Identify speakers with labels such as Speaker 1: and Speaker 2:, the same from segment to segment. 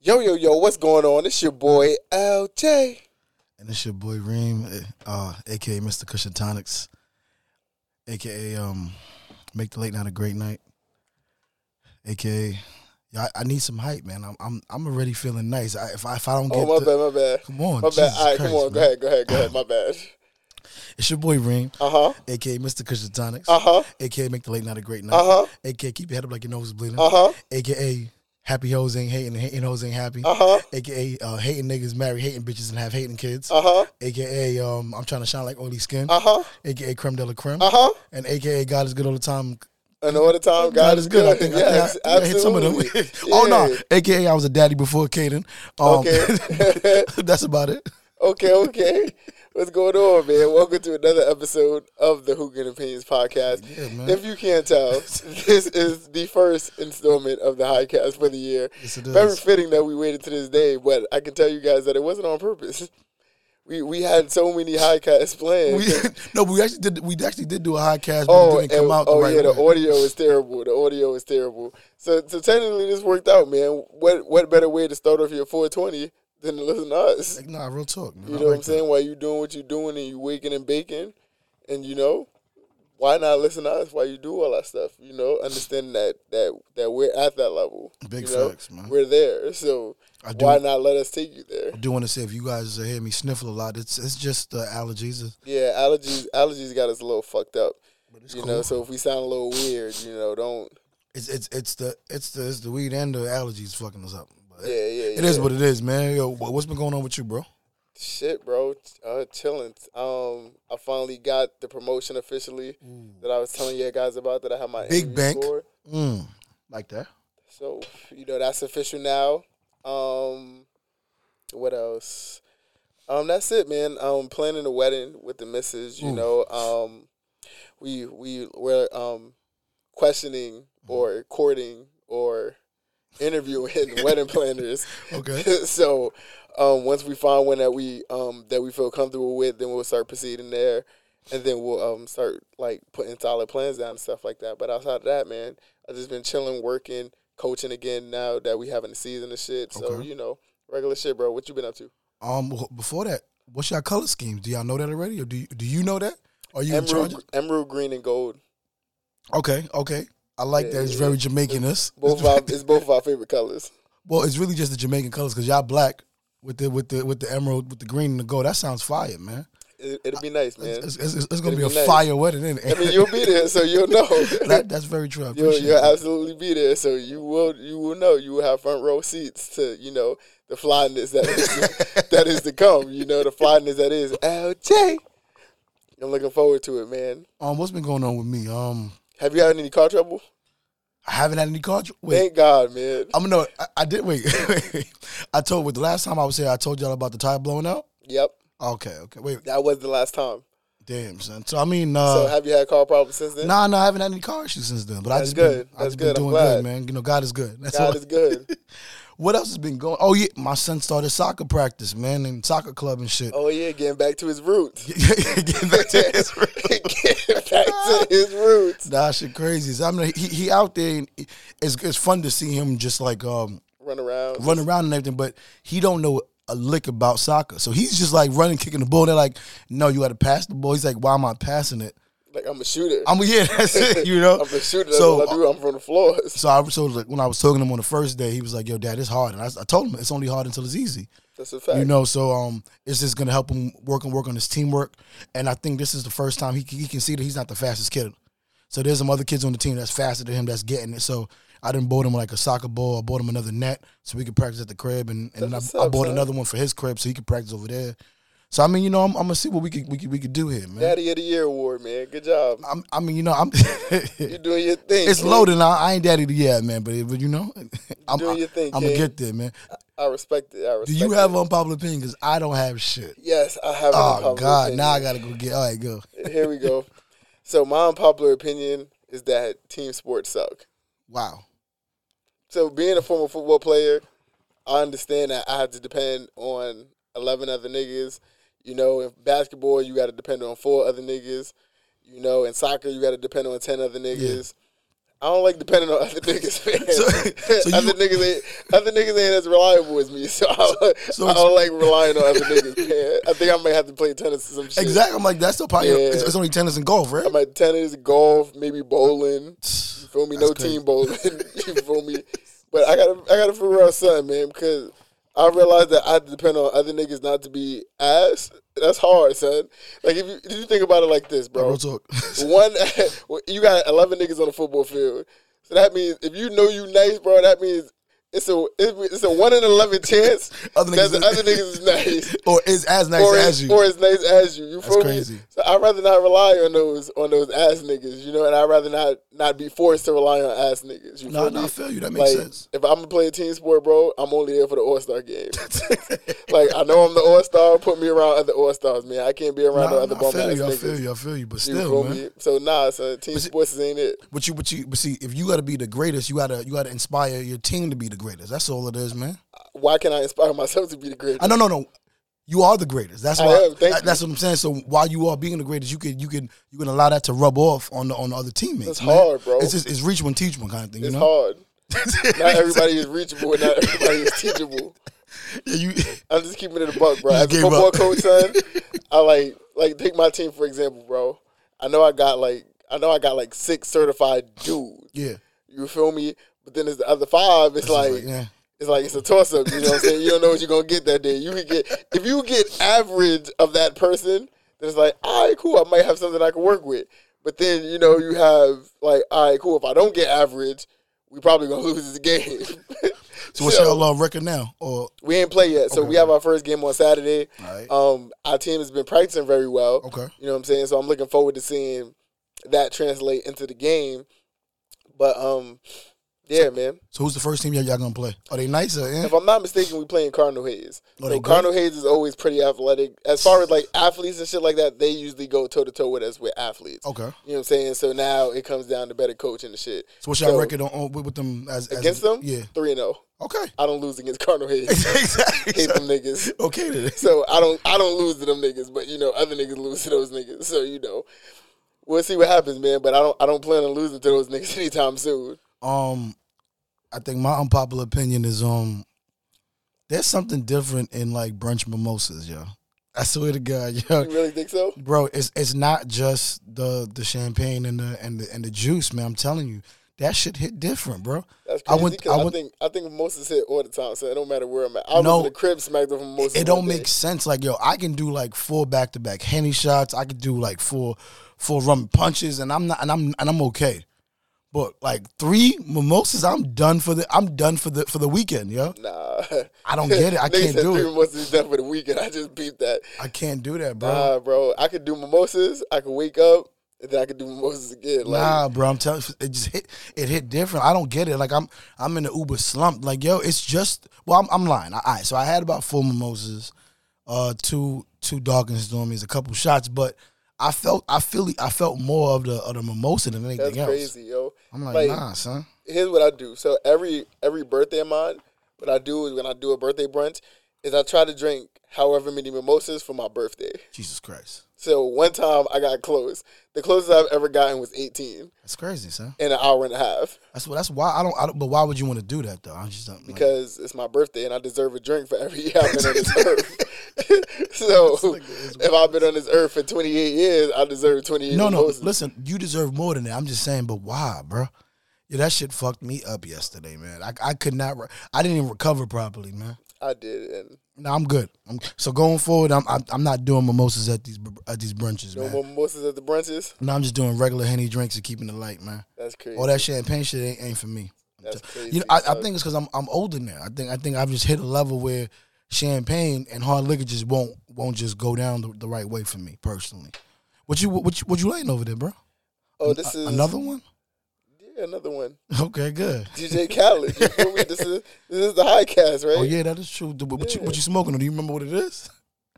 Speaker 1: Yo, yo, yo, what's going on? It's your boy LJ.
Speaker 2: And it's your boy Reem, uh, aka Mr. Cushion Tonics, aka um, Make the Late Night a Great Night, aka yeah, I, I need some hype, man. I'm I'm I'm already feeling nice. I, if I if I don't get
Speaker 1: Oh, my
Speaker 2: the-
Speaker 1: bad, my bad.
Speaker 2: come on,
Speaker 1: My bad.
Speaker 2: Jesus
Speaker 1: All right,
Speaker 2: Christ,
Speaker 1: come on. Go
Speaker 2: man. Oh.
Speaker 1: ahead, go ahead, go ahead. My bad.
Speaker 2: It's your boy Reem,
Speaker 1: Uh huh.
Speaker 2: aka Mr. Cushion Tonics,
Speaker 1: Uh huh.
Speaker 2: aka Make the Late Night a Great Night,
Speaker 1: Uh huh.
Speaker 2: aka Keep your head up like your nose is bleeding,
Speaker 1: Uh huh.
Speaker 2: aka Happy hoes ain't hating, and hating hoes ain't happy,
Speaker 1: Uh huh.
Speaker 2: aka uh, hating niggas marry hating bitches and have hating kids,
Speaker 1: Uh huh.
Speaker 2: aka um, I'm trying to shine like oily skin,
Speaker 1: Uh huh.
Speaker 2: aka creme de la creme,
Speaker 1: Uh huh.
Speaker 2: and aka God is good all the time.
Speaker 1: And all the time, God,
Speaker 2: God is good. I think, I think I-
Speaker 1: Yes,
Speaker 2: I, think I, hit some of them.
Speaker 1: absolutely.
Speaker 2: Oh
Speaker 1: Yeah.
Speaker 2: no, aka I was a daddy before Caden. Um,
Speaker 1: Okay.
Speaker 2: that's about it.
Speaker 1: Okay, okay. What's going on, man? Welcome to another episode of the Hogan Opinions podcast.
Speaker 2: Yeah, man.
Speaker 1: if you can't tell, this is the first installment of the highcast for the year.
Speaker 2: Yes, it
Speaker 1: Very
Speaker 2: is.
Speaker 1: fitting that we waited to this day, but I can tell you guys that it wasn't on purpose. We we had so many highcasts planned.
Speaker 2: We, no, but we actually did. We actually did do a podcast, but
Speaker 1: Oh,
Speaker 2: it didn't come
Speaker 1: and-
Speaker 2: out the
Speaker 1: oh
Speaker 2: right
Speaker 1: yeah, the
Speaker 2: way.
Speaker 1: audio is terrible. The audio is terrible. So, so technically, this worked out, man. What what better way to start off your 420 than to listen to us?
Speaker 2: Like, nah, real talk. Man.
Speaker 1: You
Speaker 2: I
Speaker 1: know what I'm
Speaker 2: like
Speaker 1: saying? While you doing what you're doing and you waking and baking, and you know, why not listen to us while you do all that stuff? You know, understanding that that that we're at that level.
Speaker 2: Big
Speaker 1: you know?
Speaker 2: facts, man.
Speaker 1: We're there, so
Speaker 2: I do.
Speaker 1: why not let us take you there?
Speaker 2: I do want to say if you guys hear me sniffle a lot, it's it's just uh, allergies.
Speaker 1: Yeah, allergies allergies got us a little fucked up.
Speaker 2: But it's
Speaker 1: You
Speaker 2: cool.
Speaker 1: know, so if we sound a little weird, you know, don't.
Speaker 2: It's it's it's the it's the it's the weed and the allergies fucking us up. But
Speaker 1: Yeah, yeah,
Speaker 2: It is
Speaker 1: yeah.
Speaker 2: what it is, man. Yo, wha- what's been going on with you, bro?
Speaker 1: Shit, bro, uh, chilling. Um, I finally got the promotion officially that I was telling you guys about that I had my
Speaker 2: Big
Speaker 1: interview
Speaker 2: bank.
Speaker 1: for.
Speaker 2: Mm. Like that.
Speaker 1: So you know that's official now. Um, what else? Um, that's it, man. Um, planning a wedding with the missus. You
Speaker 2: Ooh.
Speaker 1: know, um, we we were um questioning or courting or interviewing wedding planners.
Speaker 2: Okay.
Speaker 1: so, um, once we find one that we um that we feel comfortable with, then we'll start proceeding there, and then we'll um start like putting solid plans down and stuff like that. But outside of that, man, I've just been chilling, working, coaching again now that we having the season and shit. So
Speaker 2: Okay.
Speaker 1: you know, regular shit, bro. What you been up to?
Speaker 2: Um, wh- before that, what's your color scheme? Do y'all know that already, or do you, do you know that? Are you in charge?
Speaker 1: Emerald, emerald green and gold.
Speaker 2: Okay, okay. I like
Speaker 1: Yeah,
Speaker 2: that. It's
Speaker 1: yeah,
Speaker 2: very Jamaican-ness.
Speaker 1: Both of our, it's both of our favorite colors.
Speaker 2: well, it's really just the Jamaican colors because y'all black with the with the with the emerald with the green and the gold. That sounds fire, man.
Speaker 1: It, it'll be nice, man.
Speaker 2: It's, it's, it's, it's gonna
Speaker 1: It'll
Speaker 2: be a
Speaker 1: be nice.
Speaker 2: fire wedding, is
Speaker 1: I mean, you'll be there, so you'll know.
Speaker 2: that, that's very true. I
Speaker 1: You'll,
Speaker 2: appreciate
Speaker 1: you'll
Speaker 2: it.
Speaker 1: absolutely be there, so you will you will know you will have front row seats to you know the flyness that is, that is to come. You know the flyness that is LJ. I'm looking forward to it, man.
Speaker 2: Um, what's been going on with me? Um,
Speaker 1: Have you had any car trouble?
Speaker 2: I haven't had any cards. Wait, Oh.
Speaker 1: Thank God, man.
Speaker 2: I'm gonna. I, I did wait. I told with the last time I was here, I told y'all about the tire blowing out.
Speaker 1: Yep,
Speaker 2: Okay, okay. Wait,
Speaker 1: that was the last time.
Speaker 2: damn son. So I mean, uh,
Speaker 1: so have you had car problems since then?
Speaker 2: Nah, nah, I haven't had any car issues since then. But I
Speaker 1: That's
Speaker 2: just
Speaker 1: good.
Speaker 2: Been, I
Speaker 1: That's
Speaker 2: just
Speaker 1: good. I'm
Speaker 2: been doing
Speaker 1: glad.
Speaker 2: good, man. You know, God is good. That's
Speaker 1: God
Speaker 2: all.
Speaker 1: is good.
Speaker 2: What else has been going? Oh yeah, my son started soccer practice, man, and soccer club and shit.
Speaker 1: Oh yeah, getting back to his roots.
Speaker 2: Getting back to his
Speaker 1: getting back to his roots.
Speaker 2: Nah, shit crazy. So, I mean, he, he out there, and it's it's fun to see him just like um
Speaker 1: Run around.
Speaker 2: run around and everything, but he don't know a lick about soccer. So he's just like running, kicking the ball. They're like, "No, you got to pass the ball." He's like, "Why am I passing it?"
Speaker 1: Like I'm a shooter.
Speaker 2: I'm yeah, that's it. You know,
Speaker 1: I'm a shooter. That's
Speaker 2: So uh,
Speaker 1: what I do. I'm from the floors.
Speaker 2: So I so like when I was talking to him on the first day, he was like, "Yo, dad, it's hard." And I, s- I told him it's only hard until it's easy.
Speaker 1: That's a fact.
Speaker 2: You know, so um, it's just gonna help him work and work on his teamwork. And I think this is the first time he c- he can see that he's not the fastest kid. So there's some other kids on the team that's faster than him that's getting it. So I didn't bought him like a soccer ball. I bought him another net so we could practice at the crib, and, and then I,
Speaker 1: That's
Speaker 2: I
Speaker 1: what's
Speaker 2: bought
Speaker 1: up, son.
Speaker 2: another one for his crib so he could practice over there. So I mean, you know, I'm, I'm gonna see what we could we could, we could do here, man.
Speaker 1: Daddy of the Year award, man. Good job.
Speaker 2: I'm, I mean, you know, I'm.
Speaker 1: You're doing your thing.
Speaker 2: It's
Speaker 1: kid.
Speaker 2: loaded now. I ain't daddy yet, man. But, but you know, I'm,
Speaker 1: Doing your thing,
Speaker 2: I'm gonna
Speaker 1: kid.
Speaker 2: get there, man.
Speaker 1: I respect it. I respect
Speaker 2: Do you have
Speaker 1: it.
Speaker 2: unpopular opinion? Because I don't have shit.
Speaker 1: Yes, I have. an
Speaker 2: Oh
Speaker 1: unpopular
Speaker 2: God, now I
Speaker 1: opinion.
Speaker 2: gotta go get. All right, go.
Speaker 1: Here we go. So my unpopular opinion is that team sports suck.
Speaker 2: Wow.
Speaker 1: So being a former football player, I understand that I have to depend on eleven other niggas. You know, in basketball, you got to depend on four other niggas. You know, in soccer, you got to depend on ten other niggas. I don't like depending on other niggas, man.
Speaker 2: So- so
Speaker 1: other
Speaker 2: you-
Speaker 1: niggas ain't other niggas ain't as reliable as me, so I,
Speaker 2: so
Speaker 1: I don't like relying on other niggas, man. I think I might have to play tennis or some shit.
Speaker 2: Exactly. I'm like, that's still probably
Speaker 1: Yeah.
Speaker 2: it's, it's only tennis and golf, right?
Speaker 1: I'm at tennis, golf, maybe bowling. You feel me? no
Speaker 2: That's crazy.
Speaker 1: team bowling. you feel me? But I gotta I gotta figure out something, man, because I realized that I depend on other niggas not to be ass. That's hard, son. Like if you, if you think about it like this, bro.
Speaker 2: Real talk.
Speaker 1: One, you got eleven niggas on the football field. So that means if you know you nice, bro, that means it's a it's a one in eleven chance
Speaker 2: Other
Speaker 1: that
Speaker 2: niggas
Speaker 1: the
Speaker 2: is-
Speaker 1: other niggas is nice
Speaker 2: or is as nice
Speaker 1: or
Speaker 2: as
Speaker 1: as,
Speaker 2: you.
Speaker 1: or as nice as you. You feel
Speaker 2: crazy.
Speaker 1: me? So I'd rather not rely on those on those ass niggas, you know, and I'd rather not not be forced to rely on ass niggas. You
Speaker 2: no,
Speaker 1: feel
Speaker 2: no, I
Speaker 1: me?
Speaker 2: feel you. That makes
Speaker 1: Like
Speaker 2: sense.
Speaker 1: if I'm gonna play a team sport, bro, I'm only there for the All Star game. like I know I'm the All Star, put me around other All Stars, man. I can't be around
Speaker 2: Nah,
Speaker 1: the other
Speaker 2: nah, I
Speaker 1: bum
Speaker 2: feel
Speaker 1: ass
Speaker 2: you. I
Speaker 1: niggas.
Speaker 2: feel you. I feel you. But
Speaker 1: You
Speaker 2: still,
Speaker 1: feel
Speaker 2: man.
Speaker 1: me? So nah, son, team sports ain't it.
Speaker 2: But you, but you, but see, if you got to be the greatest, you gotta, you gotta inspire your team to be the greatest. That's all it is, man.
Speaker 1: Why can I inspire myself to be the greatest?
Speaker 2: I Uh, no, no, no. You are the greatest. That's
Speaker 1: I
Speaker 2: why.
Speaker 1: am. Thank
Speaker 2: that- that's what I'm saying. So while you are being the greatest, you can, you can, you can allow that to rub off on the on the other teammates.
Speaker 1: It's
Speaker 2: man.
Speaker 1: hard, bro.
Speaker 2: It's, just, it's reach one, teach one kind of thing.
Speaker 1: It's
Speaker 2: you know?
Speaker 1: hard. Not everybody is reachable. and Not everybody is teachable.
Speaker 2: Yeah, you,
Speaker 1: I'm just keeping it a buck, bro.
Speaker 2: You
Speaker 1: As a
Speaker 2: gave
Speaker 1: football
Speaker 2: up.
Speaker 1: coach, son, I like like take my team for example, bro. I know I got like I know I got like six certified dudes.
Speaker 2: yeah.
Speaker 1: You feel me? But then it's the other five. It's like
Speaker 2: yeah.
Speaker 1: it's like it's a toss up. You know what I'm saying? You don't know what you're gonna get that day. You could get if you get average of that person, then it's like all right, cool. I might have something I can work with. But then you know you have like all right, cool. If I don't get average, we probably gonna lose this game.
Speaker 2: So what's
Speaker 1: So-
Speaker 2: your uh, record now? Or
Speaker 1: we ain't play yet, so we have our first game on Saturday.
Speaker 2: Alright.
Speaker 1: Um, our team has been practicing very well.
Speaker 2: Okay.
Speaker 1: you know what I'm saying. So I'm looking forward to seeing that translate into the game. But um, yeah, man.
Speaker 2: so who's the first team y'all, y'all gonna play? Are they nice or eh?
Speaker 1: If I'm not mistaken, we playing Cardinal Hayes.
Speaker 2: Oh, they
Speaker 1: so
Speaker 2: good?
Speaker 1: Cardinal Hayes is always pretty athletic. As far as like athletes and shit like that, they usually go toe to toe with us with athletes.
Speaker 2: Okay.
Speaker 1: You know what I'm saying? So now it comes down to better coaching and shit.
Speaker 2: So what's y'all
Speaker 1: So-
Speaker 2: record on, on with with them as, as
Speaker 1: Against them,
Speaker 2: Yeah.
Speaker 1: three and zero.
Speaker 2: Okay.
Speaker 1: I don't lose against Cardinal Hayes.
Speaker 2: exactly.
Speaker 1: Hate them niggas.
Speaker 2: okay then.
Speaker 1: So I don't I don't lose to them niggas, but you know other niggas lose to those niggas. So you know, we'll see what happens, man. But I don't I don't plan on losing to those niggas anytime soon.
Speaker 2: Um, I think my unpopular opinion is um, there's something different in like brunch mimosas, yo. I swear to God, yo.
Speaker 1: You really think so?
Speaker 2: bro it's it's not just the the champagne and the and the and the juice man i'm telling you that shit hit different bro
Speaker 1: That's
Speaker 2: I
Speaker 1: crazy.
Speaker 2: went-
Speaker 1: 'cause
Speaker 2: I
Speaker 1: I,
Speaker 2: went-
Speaker 1: think I think mimosas hit all the time, so it don't matter where I'm at. I
Speaker 2: No.
Speaker 1: was in the crib smacked up from mimosas.
Speaker 2: it don't
Speaker 1: one day.
Speaker 2: make sense like yo i can do like four back-to-back henny shots i could do like four four rum punches and i'm not and i'm and i'm okay but like three mimosas i'm done for the i'm done for the for the weekend yo
Speaker 1: Nah,
Speaker 2: I don't get it. I
Speaker 1: Niggas
Speaker 2: can't
Speaker 1: said
Speaker 2: do
Speaker 1: three
Speaker 2: it.
Speaker 1: mimosas done for the weekend. I just beat that.
Speaker 2: i can't do that bro
Speaker 1: Nah, bro. I could do mimosas. I could wake up and then I could do mimosas again. Like,
Speaker 2: Nah, bro, I'm telling it just hit it hit different. I don't get it. Like I'm I'm in the Uber slump. Like yo, it's just well, I'm I'm lying. All right, so I had about four mimosas, uh, two two dark and stormies, a couple shots, but I felt I feel I felt more of the of the mimosa than anything
Speaker 1: that's
Speaker 2: else.
Speaker 1: crazy, yo.
Speaker 2: I'm like,
Speaker 1: Like,
Speaker 2: nah, son.
Speaker 1: here's what I do. So every every birthday of mine, what I do is when I do a birthday brunch, is I try to drink however many mimosas for my birthday.
Speaker 2: Jesus Christ,
Speaker 1: So one time I got close. The closest I've ever gotten was 18
Speaker 2: that's crazy, son.
Speaker 1: in an hour and a half
Speaker 2: That's what that's why I don't. I don't but why would you want to do that though? I'm just don't- like,
Speaker 1: because it's my birthday and I deserve a drink for every hour that I deserve. so if I've been on this earth for 28 years, I deserve 28
Speaker 2: no, no.
Speaker 1: mimosas.
Speaker 2: Listen, you deserve more than that. I'm just saying, but why, bro? Yeah, that shit fucked me up yesterday, man. I, I could not. Re- I didn't even recover properly, man.
Speaker 1: I did, and
Speaker 2: No, I'm good. I'm, so going forward, I'm, I'm I'm not doing mimosas at these br- at these brunches,
Speaker 1: no
Speaker 2: man.
Speaker 1: more mimosas at the brunches.
Speaker 2: No, I'm just doing regular henny drinks and keeping it light, man.
Speaker 1: That's crazy.
Speaker 2: All that champagne shit ain't, ain't for me.
Speaker 1: That's crazy.
Speaker 2: You know, I, I
Speaker 1: son.
Speaker 2: think it's because I'm I'm older now. I think I think I've just hit a level where champagne and hard liquor just won't won't just go down the, the right way for me personally. What you what you, what you lighting over there, bro?
Speaker 1: Oh, this is
Speaker 2: another one.
Speaker 1: Yeah, another one.
Speaker 2: Okay, good.
Speaker 1: DJ Khaled. You feel me? This is this is the high cast, right?
Speaker 2: Oh yeah, that is true. What, what you what you smoking? on? Do you remember what it is?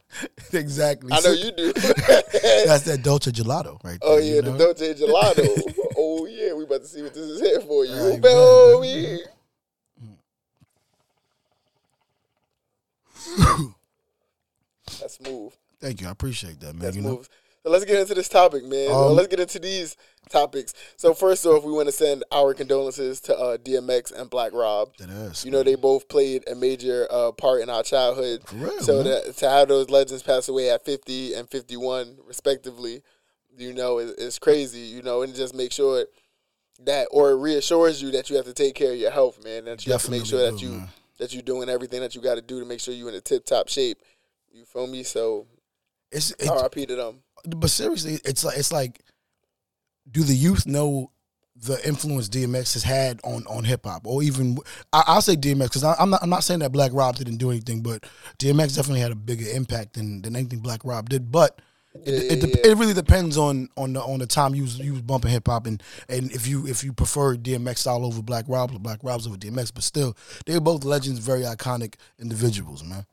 Speaker 2: exactly.
Speaker 1: I know you do.
Speaker 2: That's that Dolce Gelato, right?
Speaker 1: oh
Speaker 2: there, you
Speaker 1: yeah,
Speaker 2: know?
Speaker 1: the Dolce Gelato. oh yeah, we about to see what this is here for you,
Speaker 2: All right,
Speaker 1: baby. That's smooth.
Speaker 2: Thank you. I appreciate that, man.
Speaker 1: That's
Speaker 2: you know?
Speaker 1: smooth. So let's get into this topic, man.
Speaker 2: Um,
Speaker 1: let's get into these topics. So first off, we want to send our condolences to uh, DMX and Black Rob.
Speaker 2: That is.
Speaker 1: You know, they both played a major uh, part in our childhood.
Speaker 2: For real,
Speaker 1: so
Speaker 2: man.
Speaker 1: that, to have those legends pass away at 50 and 51, respectively, you know, is, is crazy, you know, and just make sure that, or it reassures you that you have to take care of your health, man, that you have to make
Speaker 2: Definitely
Speaker 1: sure that
Speaker 2: do,
Speaker 1: you
Speaker 2: man.
Speaker 1: that you're doing everything that you got to do to make sure you're in a tip top shape. You feel me? So
Speaker 2: It's, it's
Speaker 1: RIP to them.
Speaker 2: but seriously, it's like it's like, do the youth know the influence DMX has had on on hip hop, or even I, I'll say DMX because I'm not I'm not saying that Black Rob didn't do anything, but DMX definitely had a bigger impact than than anything Black Rob did, but. It,
Speaker 1: Yeah,
Speaker 2: it,
Speaker 1: yeah,
Speaker 2: dep- it really depends on on the on the time you was, you was bumping hip hop and and if you if you prefer DMX style over Black Rob, Black Rob's over DMX, but still they're both legends, very iconic individuals, man.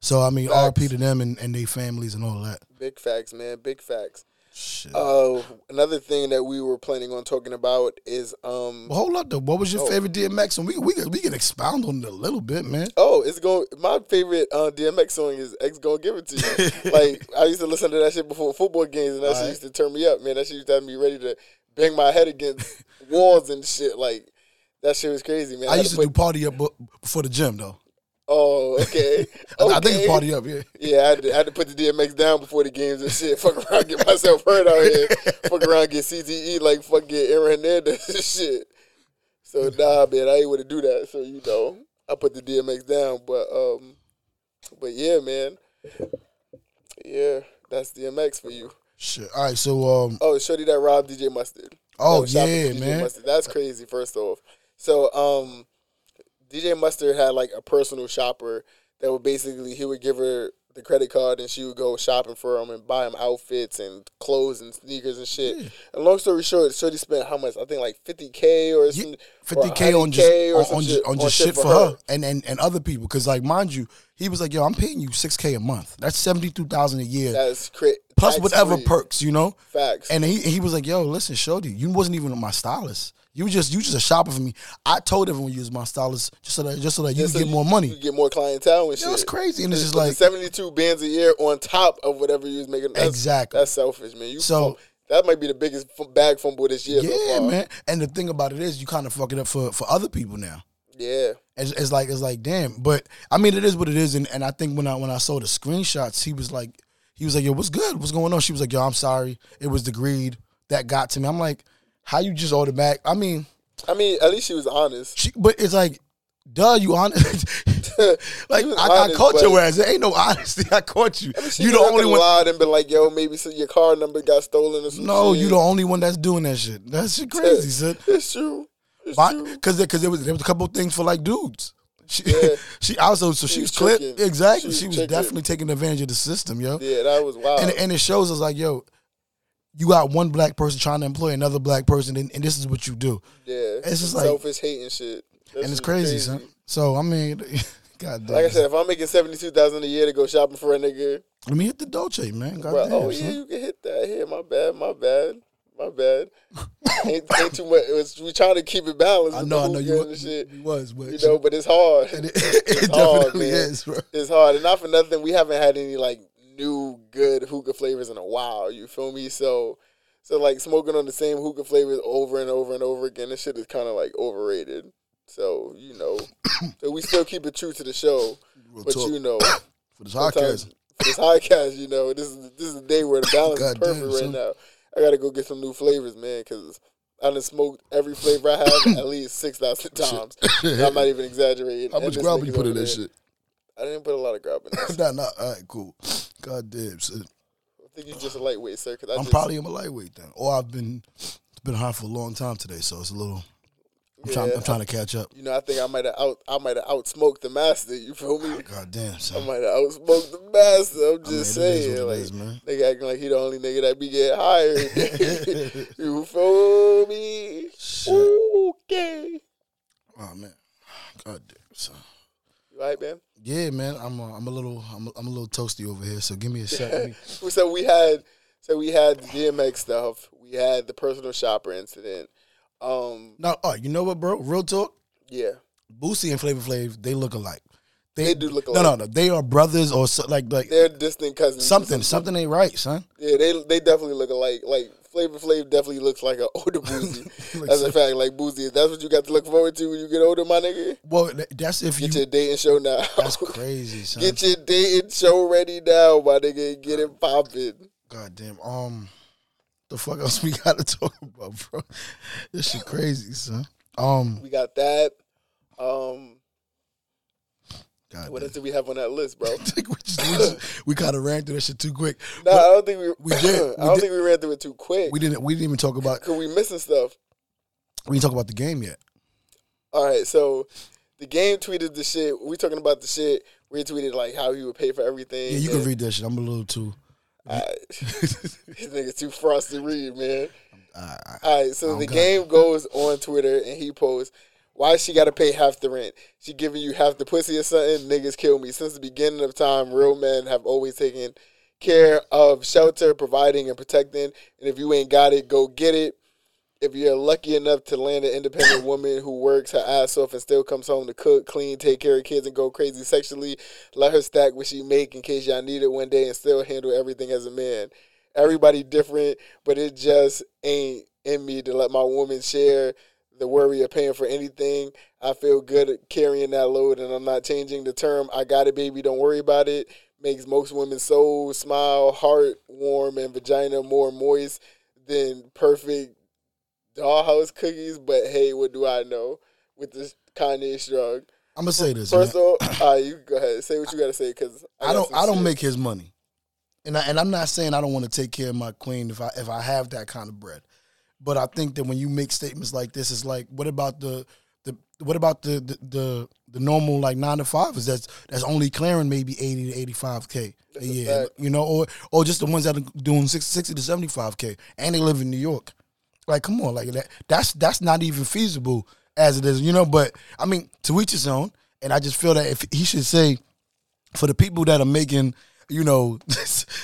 Speaker 2: So I mean,
Speaker 1: Facts.
Speaker 2: RP to them and, and their families and all that.
Speaker 1: Big facts, man. Big facts.
Speaker 2: Shit.
Speaker 1: Uh, another thing that we were planning on talking about is um.
Speaker 2: Well, hold up though. What was your
Speaker 1: Oh.
Speaker 2: favorite DMX? And we we can, we can expound on it a little bit, man.
Speaker 1: Oh, it's going. My favorite uh, DMX song is "X Gonna Give It To You." like I used to listen to that shit before football games, and that shit
Speaker 2: Alright.
Speaker 1: used to turn me up, man. That shit used to have me ready to bang my head against walls and shit. Like that shit was crazy, man.
Speaker 2: I used to
Speaker 1: put,
Speaker 2: do party up bu- before the gym though.
Speaker 1: Oh, okay.
Speaker 2: I- I think
Speaker 1: Okay.
Speaker 2: it's party up, yeah.
Speaker 1: Yeah, I had, to, I had to put the DMX down before the games and shit. Fuck around, get myself hurt out here. Fuck around, get CTE like fuck get Aaron Hernandez and shit. So nah, man, I ain't want to do that. So you know, I put the DMX down, but um, but yeah, man, yeah, that's DMX for you.
Speaker 2: Shit. All right, so um,
Speaker 1: Oh, Shorty that robbed DJ Mustard.
Speaker 2: oh
Speaker 1: That was shopping
Speaker 2: yeah,
Speaker 1: for DJ
Speaker 2: man.
Speaker 1: Mustard. That's crazy. First off, so um, DJ Mustard had like a personal shopper that would basically he would give her the credit card and she would go shopping for him and buy him outfits and clothes and sneakers and shit. And long story short, Shorty spent how much? I think like fifty k or some
Speaker 2: Fifty k
Speaker 1: or
Speaker 2: on just
Speaker 1: 100K or
Speaker 2: on,
Speaker 1: some
Speaker 2: on just on just shit for her, and, and and other people because like mind you, he was like, yo, I'm paying you six k a month. That's seventy two thousand a year
Speaker 1: That's cra-
Speaker 2: plus
Speaker 1: tax
Speaker 2: whatever
Speaker 1: free.
Speaker 2: perks, you know.
Speaker 1: facts.
Speaker 2: And he he was like, "Yo, listen, Shody, you wasn't even my stylist. You was just you just a shopper for me. I told everyone you was my stylist just so that just so that you
Speaker 1: Just
Speaker 2: could
Speaker 1: so
Speaker 2: get more money.
Speaker 1: You get more clientele and shit.
Speaker 2: Yo, it's crazy, and it's just like
Speaker 1: seventy two bands a year on top of whatever you was making. That's,
Speaker 2: Exactly.
Speaker 1: That's selfish, man. You
Speaker 2: So-
Speaker 1: so that might be the biggest f- bag fumble this year. so
Speaker 2: yeah,
Speaker 1: far.
Speaker 2: man. And the thing about it is, you kind of fuck it up for for other people now.
Speaker 1: Yeah,
Speaker 2: It's, it's like it's like damn. But I mean, it is what it is. And, and I think when I when I saw the screenshots, he was like, he was like, "Yo, what's good? What's going on?" She was like, "Yo, I'm sorry. It was the greed that got to me." I'm like, "How you just automatic?" I mean,
Speaker 1: I mean, at least she was honest.
Speaker 2: she, but it's like. Duh, you honest? like
Speaker 1: She was
Speaker 2: I, I
Speaker 1: honest,
Speaker 2: caught
Speaker 1: but-
Speaker 2: your ass. There ain't no honesty. I caught you.
Speaker 1: She
Speaker 2: You the only one.
Speaker 1: lied and been like, "Yo, maybe so your car number got stolen or something."
Speaker 2: No, you the only one that's doing that shit. That shit crazy, son.
Speaker 1: It's true. It's true.
Speaker 2: Because there, cause there was there was a couple of things for like dudes. She, she also so she,
Speaker 1: She
Speaker 2: was
Speaker 1: was
Speaker 2: clip
Speaker 1: tricking. She
Speaker 2: exactly.
Speaker 1: was
Speaker 2: She was
Speaker 1: tricking.
Speaker 2: definitely taking advantage of the system, yo.
Speaker 1: Yeah, that was wild.
Speaker 2: And and it shows us like, yo, you got one black person trying to employ another black person, and, and this is what you do,
Speaker 1: yeah,
Speaker 2: it's just like-
Speaker 1: selfish hate and shit. That
Speaker 2: and it's
Speaker 1: shit's
Speaker 2: crazy, son. So I mean, god damn.
Speaker 1: Like I said, if I'm making seventy two thousand a year to go shopping for a nigga,
Speaker 2: let me hit the Dolce, man. God
Speaker 1: Bro,
Speaker 2: damn,
Speaker 1: oh
Speaker 2: son.
Speaker 1: yeah, you can hit that. Here, my bad, my bad, my bad. ain't, ain't too much. It was, we trying to keep it balanced.
Speaker 2: I
Speaker 1: with
Speaker 2: know,
Speaker 1: the
Speaker 2: I know
Speaker 1: hoop
Speaker 2: you
Speaker 1: game and
Speaker 2: was,
Speaker 1: shit.
Speaker 2: you was, but
Speaker 1: You know, but it's hard.
Speaker 2: it, it
Speaker 1: hard,
Speaker 2: definitely
Speaker 1: man.
Speaker 2: is, bro.
Speaker 1: It's hard, and not for nothing, we haven't had any like new good hookah flavors in a while. You feel me? So, so like smoking on the same hookah flavors over and over and over again, this shit is kind of like overrated. So you know, so we still keep it true to the show,
Speaker 2: Real
Speaker 1: but
Speaker 2: talk
Speaker 1: you know,
Speaker 2: for this
Speaker 1: sometimes
Speaker 2: podcast.
Speaker 1: for this podcast, you know, this is this is the day where the balance is
Speaker 2: Goddamn,
Speaker 1: perfect right
Speaker 2: son.
Speaker 1: now. I gotta go get some new flavors, man, because I done smoked every flavor I have at least six thousand times. And I'm not even exaggerating.
Speaker 2: How
Speaker 1: And
Speaker 2: much
Speaker 1: this
Speaker 2: grub you
Speaker 1: nigga's
Speaker 2: put in
Speaker 1: over
Speaker 2: that
Speaker 1: there.
Speaker 2: shit?
Speaker 1: I didn't put a lot of grub in. This.
Speaker 2: nah, nah. All right, cool. God damn, son.
Speaker 1: I think you're just a lightweight, sir. Because I
Speaker 2: I'm
Speaker 1: just,
Speaker 2: probably in my lightweight then, or I've been it's been high for a long time today, so it's a little. I'm trying.
Speaker 1: Yeah.
Speaker 2: I'm trying to catch up.
Speaker 1: you know, I think I might have out, I might have outsmoked the master. You feel me?
Speaker 2: God damn,
Speaker 1: I
Speaker 2: son.
Speaker 1: might have outsmoked the master. I'm just
Speaker 2: I mean, it is
Speaker 1: saying,
Speaker 2: what it
Speaker 1: like.
Speaker 2: is, man.
Speaker 1: Nigga acting like he the only nigga that be getting hired. you feel me?
Speaker 2: Shit.
Speaker 1: Okay.
Speaker 2: Oh man. God damn, son.
Speaker 1: You all right, man?
Speaker 2: Yeah, man. I'm. Uh, I'm a little. I'm. I'm a little toasty over here. So give me a sec. Let me-
Speaker 1: so we had so we had the DMX stuff. We had the personal shopper incident. Um,
Speaker 2: Now, oh, you know what, bro? Real talk.
Speaker 1: yeah,
Speaker 2: Boosie and Flavor Flav, they look alike. They,
Speaker 1: They do look
Speaker 2: No,
Speaker 1: alike.
Speaker 2: no, no. They are brothers or so, like like
Speaker 1: They're distant cousins. or
Speaker 2: something. Something ain't right, son.
Speaker 1: Yeah, they they definitely look alike. Like Flavor Flav definitely looks like an older Boozy. that's a fact. Like Boozy, if that's what you got to look forward to when you get older, my nigga.
Speaker 2: Well, th- that's if
Speaker 1: Get
Speaker 2: you.
Speaker 1: your dating show now.
Speaker 2: That's crazy, son.
Speaker 1: get your dating show ready now, my nigga. and Get it popping.
Speaker 2: God damn. Um, the fuck else we gotta talk about, bro? This shit crazy, son. Um,
Speaker 1: We got that. Um,
Speaker 2: God
Speaker 1: what
Speaker 2: damn.
Speaker 1: else do we have on that list, bro?
Speaker 2: I think we, just, we, just, we kind of ran through that shit too quick.
Speaker 1: No, I don't think we.
Speaker 2: We did.
Speaker 1: I
Speaker 2: We
Speaker 1: don't
Speaker 2: did.
Speaker 1: think we ran through it too quick.
Speaker 2: We didn't. We didn't even talk about.
Speaker 1: Cause we missing stuff.
Speaker 2: We didn't talk about the game yet.
Speaker 1: All right, so the game tweeted the shit. We talking about the shit. We tweeted like how he would pay for everything.
Speaker 2: Yeah, you can
Speaker 1: and-
Speaker 2: read that shit. I'm a little too.
Speaker 1: I, this nigga too frosty to read, man.
Speaker 2: I, I,
Speaker 1: All right, so
Speaker 2: Oh,
Speaker 1: the
Speaker 2: God.
Speaker 1: game goes on Twitter and he posts, "Why she got to pay half the rent? She giving you half the pussy or something? Niggas kill me. Since the beginning of time, real men have always taken care of shelter, providing and protecting. And if you ain't got it, go get it. If you're lucky enough to land an independent woman who works her ass off and still comes home to cook, clean, take care of kids, and go crazy sexually, let her stack what she make in case y'all need it one day and still handle everything as a man. Everybody different, but it just ain't in me to let my woman share the worry of paying for anything. I feel good at carrying that load and I'm not changing the term I got it baby, don't worry about it. Makes most women's soul smile, heart warm and vagina more moist than perfect dollhouse cookies, but hey, what do I know with this Kanye shrug?
Speaker 2: I'm gonna say this.
Speaker 1: First
Speaker 2: man.
Speaker 1: off, all right, you go ahead. Say what you gotta say, cause
Speaker 2: I
Speaker 1: got
Speaker 2: don't.
Speaker 1: some
Speaker 2: I don't
Speaker 1: shit.
Speaker 2: make his money, and I, and I'm not saying I don't want to take care of my queen if I if I have that kind of bread, but I think that when you make statements like this, it's like, what about the the what about the the the, the normal like nine to fivers that's that's only clearing maybe eighty to eighty five k a
Speaker 1: That's a
Speaker 2: year,
Speaker 1: fact.
Speaker 2: you know, or or just the ones that are doing six- 60 to seventy five k, and they live in New York. Like, come on, like that. That's that's not even feasible as it is, you know. But I mean, to each his own. And I just feel that if he should say for the people that are making you know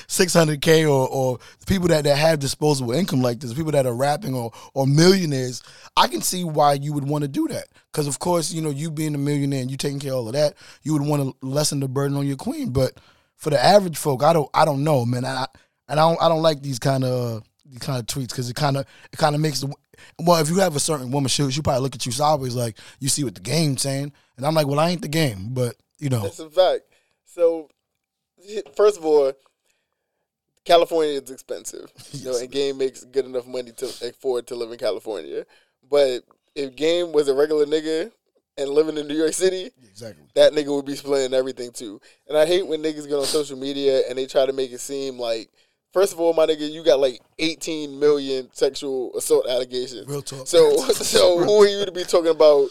Speaker 2: 600k or or the people that, that have disposable income like this people that are rapping or or millionaires i can see why you would want to do that because of course you know you being a millionaire and you taking care of all of that you would want to lessen the burden on your queen but for the average folk i don't i don't know man i I- and i don't i don't like these kind of these kind of tweets because it kind of it kind of makes the well if you have a certain woman she she probably look at you sideways like you see what the game's saying and i'm like well i ain't the game but you know
Speaker 1: That's a fact. So, first of all, California is expensive, you know, and Game makes good enough money to afford to live in California. But if Game was a regular nigga and living in New York City,
Speaker 2: exactly
Speaker 1: that nigga would be splitting everything too. And I hate when niggas get on social media and they try to make it seem like, first of all, my nigga, you got like 18 million sexual assault allegations.
Speaker 2: Real talk.
Speaker 1: So, so who are you to be talking about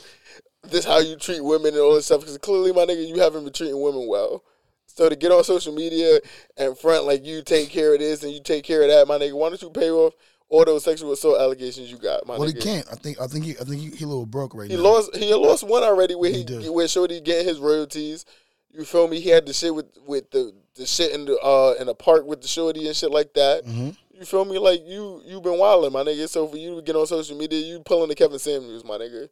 Speaker 1: this how you treat women and all this stuff? Because clearly, my nigga, you haven't been treating women well. So to get on social media and front like you take care of this and you take care of that, my nigga, why don't you pay off all those sexual assault allegations you got, my
Speaker 2: Well, he
Speaker 1: nigga?
Speaker 2: can't. I think. I think. He, I think he, he a little broke right
Speaker 1: He
Speaker 2: now.
Speaker 1: lost. He lost one already where
Speaker 2: He
Speaker 1: he,
Speaker 2: did.
Speaker 1: where Shorty getting his royalties. You feel me? He had the shit with with the the shit in the uh in the park with the Shorty and shit like that.
Speaker 2: Mhm.
Speaker 1: You feel me? Like you you been wilding, my nigga. So for you to get on social media, you pulling the Kevin Samuels, my nigga.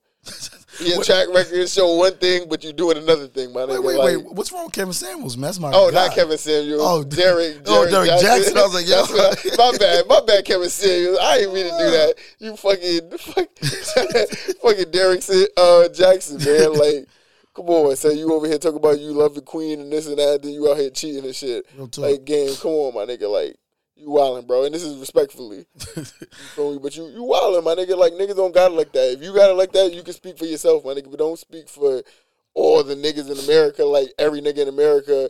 Speaker 1: Your track record show one thing, but you doing another thing, my
Speaker 2: Wait,
Speaker 1: nigga.
Speaker 2: wait,
Speaker 1: like,
Speaker 2: wait. What's wrong with Kevin Samuels, man? That's my.
Speaker 1: Oh,
Speaker 2: guy.
Speaker 1: not Kevin Samuels.
Speaker 2: Oh,
Speaker 1: Oh, Derek.
Speaker 2: oh,
Speaker 1: Derrick
Speaker 2: Derrick Jackson. I was like, yo.
Speaker 1: That's what I- my bad, my bad, Kevin Samuels. I didn't mean to do that. You fucking, fuck, fucking Derek Sa- uh, Jackson, man. Like, come on. So you over here talking about you love the queen and this and that, then you out here cheating and shit.
Speaker 2: Real talk.
Speaker 1: Like, game. Come on, my nigga. Like, you wildin', bro. And this is respectfully. You feel me? But you, you wildin', my nigga. Like, niggas don't got it like that. If you got it like that, you can speak for yourself, my nigga. But don't speak for all the niggas in America. Like, every nigga in America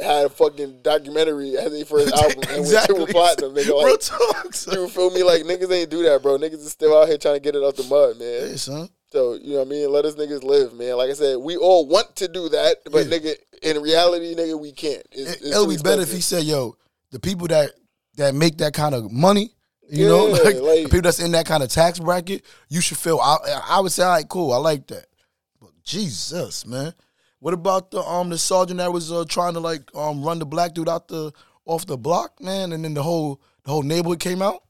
Speaker 1: had a fucking documentary as their first album and went triple platinum, nigga.
Speaker 2: Real
Speaker 1: Like,
Speaker 2: talk. son.
Speaker 1: you feel me? Like, niggas ain't do that, bro. Niggas is still out here trying to get it out the mud, man.
Speaker 2: Hey, son.
Speaker 1: So, you know what I mean? Let us niggas live, man. Like I said, we all want to do that, but
Speaker 2: Yeah.
Speaker 1: nigga, in reality, nigga, we can't. It's,
Speaker 2: It,
Speaker 1: it's
Speaker 2: it'll
Speaker 1: too
Speaker 2: be better if
Speaker 1: expensive.
Speaker 2: he said, "Yo, the people that that make that kind of money." You know,
Speaker 1: Yeah,
Speaker 2: like,
Speaker 1: like-
Speaker 2: the people that's in that kind of tax bracket, you should feel. I, I would say, all right, cool, I like that. But Jesus, man, what about the um the sergeant that was uh, trying to like um run the black dude out the off the block, man, and then the whole the whole neighborhood came out.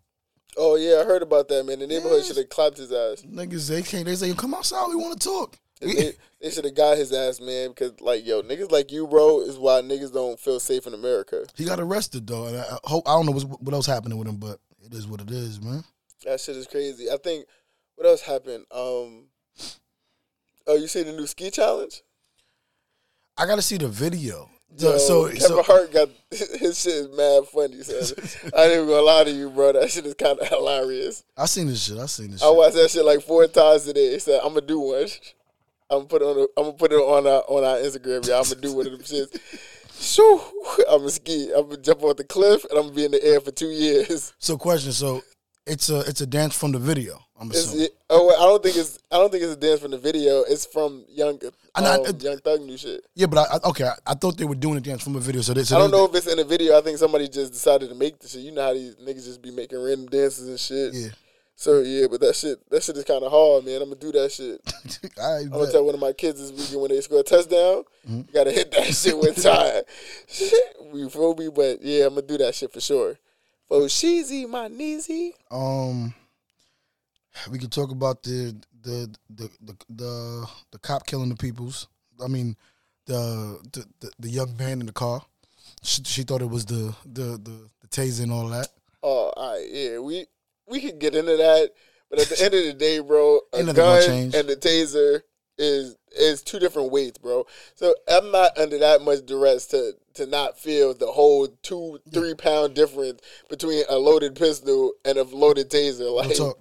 Speaker 1: Oh yeah, I heard about that man. The neighborhood
Speaker 2: Yes.
Speaker 1: should have clapped his ass.
Speaker 2: Niggas, they can't. They say, "Come outside. We want to talk."
Speaker 1: They, they should have got his ass, man, because like yo, niggas like you, bro, is why niggas don't feel safe in America.
Speaker 2: He got arrested though, and I I hope I don't know what's, what else happening with him, but it is what it is, man.
Speaker 1: That shit is crazy. I think what else happened? Um, oh, you see the new ski challenge?
Speaker 2: I gotta see the video. So,
Speaker 1: Yo,
Speaker 2: so,
Speaker 1: Kevin
Speaker 2: so
Speaker 1: Hart got his shit is mad funny. Son. I ain't even gonna lie to you, bro. That shit is kind of hilarious.
Speaker 2: I seen this shit. I seen this.
Speaker 1: I
Speaker 2: shit.
Speaker 1: watched that shit like four times today. So I'm gonna do one. I'm gonna put it on. i am I'm gonna put it on our on our Instagram. Yeah, I'm gonna do one of them shits. Shoo! I'm gonna ski. I'm gonna jump off the cliff and I'm gonna be in the air for two years.
Speaker 2: So question. So it's a it's a dance from the video. I'm
Speaker 1: It's,
Speaker 2: assuming.
Speaker 1: it- oh, I don't think it's. I don't think it's a dance from the video. It's from Young
Speaker 2: I know,
Speaker 1: um,
Speaker 2: it-
Speaker 1: Young Thug new shit.
Speaker 2: Yeah, but I, I okay. I, I thought they were doing a dance from a video. So they. So
Speaker 1: I don't
Speaker 2: they-
Speaker 1: know if it's in the video. I think somebody just decided to make the shit. You know how these niggas just be making random dances and shit.
Speaker 2: Yeah.
Speaker 1: So yeah, but that shit, that shit is kind of hard, man. I'm gonna do that shit.
Speaker 2: I
Speaker 1: I'm gonna
Speaker 2: bet.
Speaker 1: tell one of my kids this weekend when they score a touchdown,
Speaker 2: Mm-hmm.
Speaker 1: you gotta hit that shit one time. you feel me? But yeah, I'm gonna do that shit for sure. For sheezy, my kneesy.
Speaker 2: Um, we could talk about the the the the the, the cop killing the peoples. I mean, the the, the, the young man in the car. She, she thought it was the the the, the taser and all that.
Speaker 1: Oh, all right, yeah, we we could get into that, but at the end of the day, bro, a
Speaker 2: Ain't nothing gonna
Speaker 1: gun
Speaker 2: change.
Speaker 1: and the taser is is two different weights, bro. So I'm not under that much duress to to not feel the whole two three pound difference between a loaded pistol and a loaded taser. Like,
Speaker 2: So,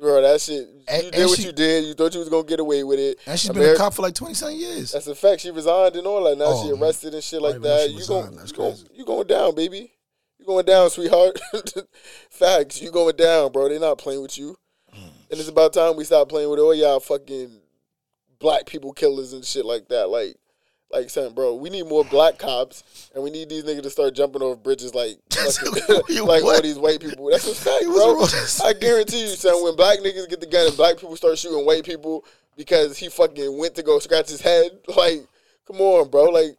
Speaker 1: bro, that shit, you
Speaker 2: And-
Speaker 1: did
Speaker 2: and
Speaker 1: what
Speaker 2: she-
Speaker 1: you did. You thought you was gonna get away with it.
Speaker 2: and she's been a
Speaker 1: Ameri-
Speaker 2: cop for like twenty something years.
Speaker 1: That's a fact. She resigned and all that. Now
Speaker 2: Oh,
Speaker 1: she arrested and shit like
Speaker 2: even know
Speaker 1: that.
Speaker 2: she
Speaker 1: You
Speaker 2: resigned.
Speaker 1: going,
Speaker 2: That's
Speaker 1: you going,
Speaker 2: crazy.
Speaker 1: you going down, baby. You going down, sweetheart. Facts. You going down, bro. They're not playing with you. And it's about time we stop playing with all y'all fucking black people killers and shit like that. Like, like son, bro, we need more black cops, and we need these niggas to start jumping off bridges like, fucking-
Speaker 2: You
Speaker 1: like all
Speaker 2: what?
Speaker 1: these white people. That's a fact,
Speaker 2: What's wrong
Speaker 1: bro.
Speaker 2: with this?
Speaker 1: I guarantee you, son, when black niggas get the gun and black people start shooting white people because he fucking went to go scratch his head, like, come on, bro. Like,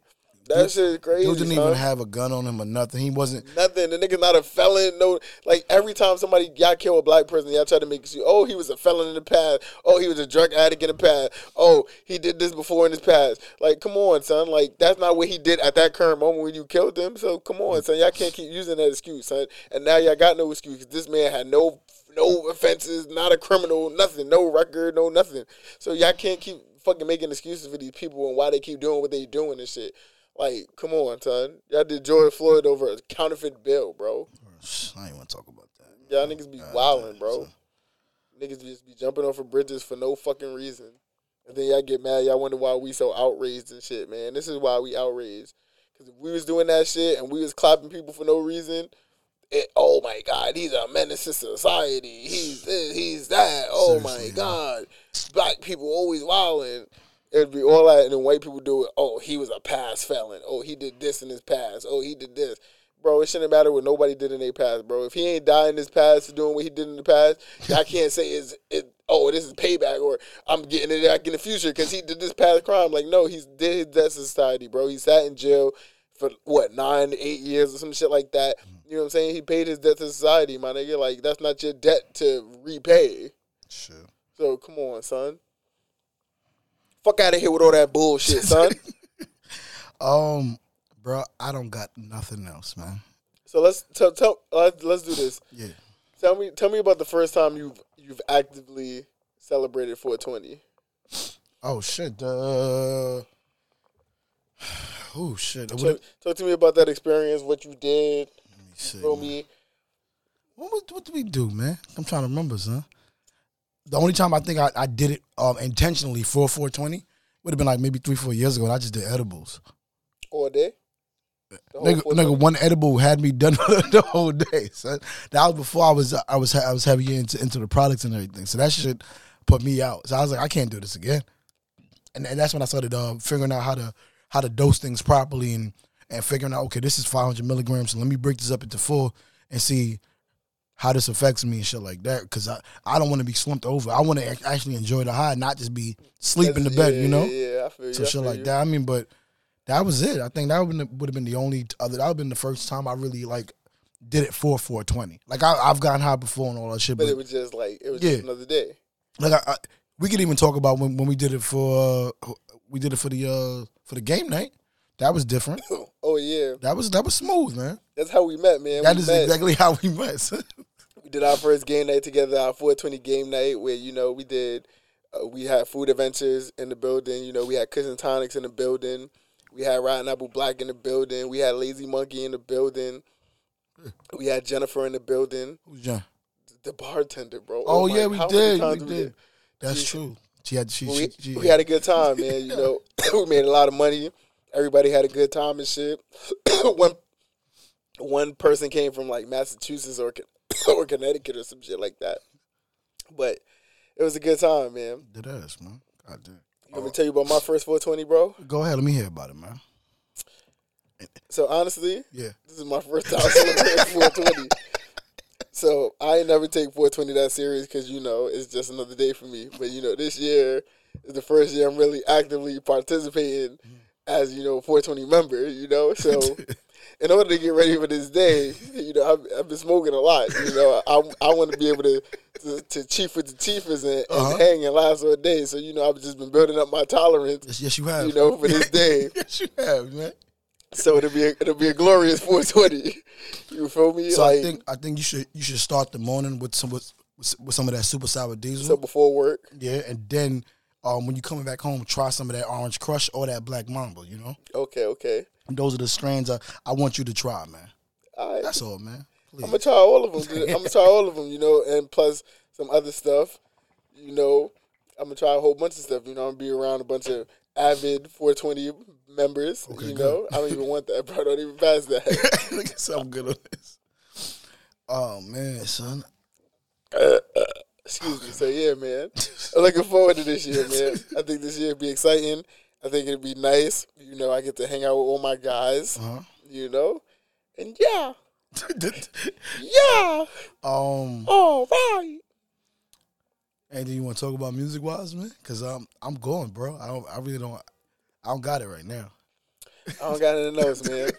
Speaker 1: that shit is crazy.
Speaker 2: Dude didn't
Speaker 1: son.
Speaker 2: even have a gun on him or nothing. He wasn't.
Speaker 1: Nothing. The nigga's not a felon. No, like every time somebody y'all kill a black person, y'all try to make you. Oh, he was a felon in the past. Oh, he was a drug addict in the past. Oh, he did this before in his past. Like, come on, son. Like that's not what he did at that current moment when you killed him. So come on, son. Y'all can't keep using that excuse, son. And now y'all got no excuse. 'cause This man had no no offenses, not a criminal, nothing, no record, no nothing. So y'all can't keep fucking making excuses for these people and why they keep doing what they doing and shit. Like, come on, son. Y'all did George Floyd over a counterfeit bill, bro.
Speaker 2: I ain't want to talk about that.
Speaker 1: Y'all niggas be wilding, bro. Niggas just be jumping off of bridges for no fucking reason. And then y'all get mad. Y'all wonder why we so outraged and shit, man. This is why we outraged. Because if we was doing that shit and we was clapping people for no reason, it, oh my God, he's a menace to society. He's this, he's that. Oh
Speaker 2: Seriously,
Speaker 1: my
Speaker 2: yeah.
Speaker 1: God. Black people always wilding. It'd be all that. And then white people do it. Oh, he was a past felon. Oh, he did this in his past. Oh, he did this. Bro, it shouldn't matter what nobody did in their past, bro. If he ain't dying in his past for doing what he did in the past, I can't say it's, it, oh, this is payback or I'm getting it back in the future because he did this past crime. Like, no, he's did his death to society, bro. He sat in jail for what nine, eight years or some shit like that. You know what I'm saying? He paid his debt to society, my nigga. Like that's not your debt to repay.
Speaker 2: Sure.
Speaker 1: So come on, son. Fuck out of here with all that bullshit, son.
Speaker 2: Um, bro, I don't got nothing else, man.
Speaker 1: so let's tell tell let's, let's do this.
Speaker 2: Yeah.
Speaker 1: Tell me tell me about the first time you've you've actively celebrated 420.
Speaker 2: Oh shit. Uh, oh shit. What,
Speaker 1: So, talk to me about that experience, what you did,
Speaker 2: let me see.
Speaker 1: bro. Me,
Speaker 2: What, was- what did we do, man? I'm trying to remember, son. The only time I think I, I did it um, intentionally for 420 would have been like maybe three, four years ago, and I just did edibles.
Speaker 1: all day. The whole
Speaker 2: Nigga,
Speaker 1: 420.
Speaker 2: nigga, one edible had me done the whole day. son. that was before I was I was I was heavy into into the products and everything. So that shit put me out. So I was like, I can't do this again. And, and that's when I started uh, figuring out how to how to dose things properly and and figuring out okay, this is 500 milligrams. So let me break this up into four and see how this affects me and shit like that. Because I I don't want to be slumped over. I want to actually enjoy the high, not just be sleep in the bed.
Speaker 1: Yeah,
Speaker 2: you know.
Speaker 1: Yeah, yeah, I feel you.
Speaker 2: So
Speaker 1: I
Speaker 2: shit
Speaker 1: feel
Speaker 2: like
Speaker 1: you.
Speaker 2: that. I mean, but that was it. I think that would would have been the only other. That would have been the first time I really like did it for 420. Like I, I've gotten high before and all that shit,
Speaker 1: But
Speaker 2: but,
Speaker 1: it was just like it was
Speaker 2: Yeah.
Speaker 1: just another day.
Speaker 2: like I, I, We could even talk about when, when we did it for uh, we did it for the uh, for the game night. That was different.
Speaker 1: Oh yeah,
Speaker 2: That was that was smooth, man.
Speaker 1: that's how we met, man.
Speaker 2: That
Speaker 1: we
Speaker 2: is
Speaker 1: met.
Speaker 2: exactly how we met. son.
Speaker 1: we did our first game night together, our 420 game night, where you know we did, uh, we had food adventures in the building. You know, we had Cousin Tonics in the building. We had Rotten Apple Black in the building. We had Lazy Monkey in the building.
Speaker 2: Hmm.
Speaker 1: We had Jennifer in the building.
Speaker 2: Who's John?
Speaker 1: The bartender, bro.
Speaker 2: Oh,
Speaker 1: my-
Speaker 2: yeah, we
Speaker 1: how many
Speaker 2: did. We
Speaker 1: times
Speaker 2: did. That's true. She had she,
Speaker 1: We,
Speaker 2: she, she
Speaker 1: we had a good time, man. You know, we made a lot of money. Everybody had a good time and shit. one one person came from like Massachusetts or Con- or Connecticut or some shit like that. But it was a good time, man.
Speaker 2: did ass, man. God damn.
Speaker 1: Let me tell you about my first 420, bro.
Speaker 2: Go ahead, let me hear about it, man.
Speaker 1: So honestly,
Speaker 2: Yeah.
Speaker 1: this is my first time celebrating 420. So I ain't never take 420 that serious because you know it's just another day for me. But you know this year is the first year I'm really actively participating as you know 420 member. You know, so in order to get ready for this day, you know I've, I've been smoking a lot. You know, I, I want to be able to to, to chief with the chiefers and, and
Speaker 2: Uh-huh.
Speaker 1: hang and last all day. So you know I've just been building up my tolerance.
Speaker 2: Yes, yes, you have.
Speaker 1: You know, for this day.
Speaker 2: yes, you have, man.
Speaker 1: So it'll be a, it'll be a glorious 420. You feel me?
Speaker 2: So
Speaker 1: like
Speaker 2: I think I think you should you should start the morning with some with, with some of that super sour diesel.
Speaker 1: so before work.
Speaker 2: yeah, and then um, when you coming back home, try some of that orange crush or that black mamba. You know,
Speaker 1: Okay, okay.
Speaker 2: those are the strains I, I want you to try, man.
Speaker 1: All right.
Speaker 2: That's all, man.
Speaker 1: I'm
Speaker 2: Please.
Speaker 1: gonna try all of them. I'm gonna try all of them. You know, and plus some other stuff. You know, I'm gonna try a whole bunch of stuff. You know, I'm gonna be around a bunch of avid 420 members.
Speaker 2: Okay,
Speaker 1: you
Speaker 2: good.
Speaker 1: know, I don't even want that, bro. I don't even pass that.
Speaker 2: Look at something good on this. Oh man, son.
Speaker 1: Excuse me. So yeah, man. I'm looking forward to this year, man. I think this year will be exciting. I think it'll be nice. You know, I get to hang out with all my guys.
Speaker 2: Uh-huh.
Speaker 1: You know, and yeah, yeah.
Speaker 2: um,
Speaker 1: All right.
Speaker 2: anything you want to talk about music wise, man? Cause I'm I'm going, bro. I don't. I really don't. I don't got it right now.
Speaker 1: I don't got any notes, man.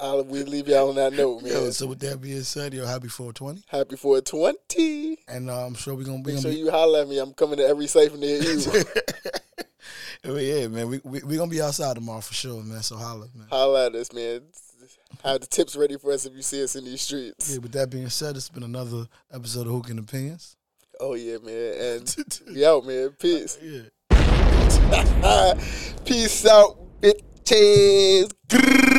Speaker 1: I'll, we leave y'all on that note, man.
Speaker 2: Yo, so with that being said, yo, happy 420,
Speaker 1: Happy 420.
Speaker 2: and uh, I'm sure we're gonna be.
Speaker 1: Make sure
Speaker 2: gonna be
Speaker 1: you holler at me. I'm coming to every cipher near you.
Speaker 2: Well, yeah, man, we we we gonna be outside tomorrow for sure, man. So holla, man.
Speaker 1: holler at us, man. Have the tips ready for us if you see us in these streets.
Speaker 2: Yeah, with that being said, it's been another episode of Hook and Opinions.
Speaker 1: Oh, yeah, man. And we out, man. Peace.
Speaker 2: yeah.
Speaker 1: Peace out, bitches. Grrr.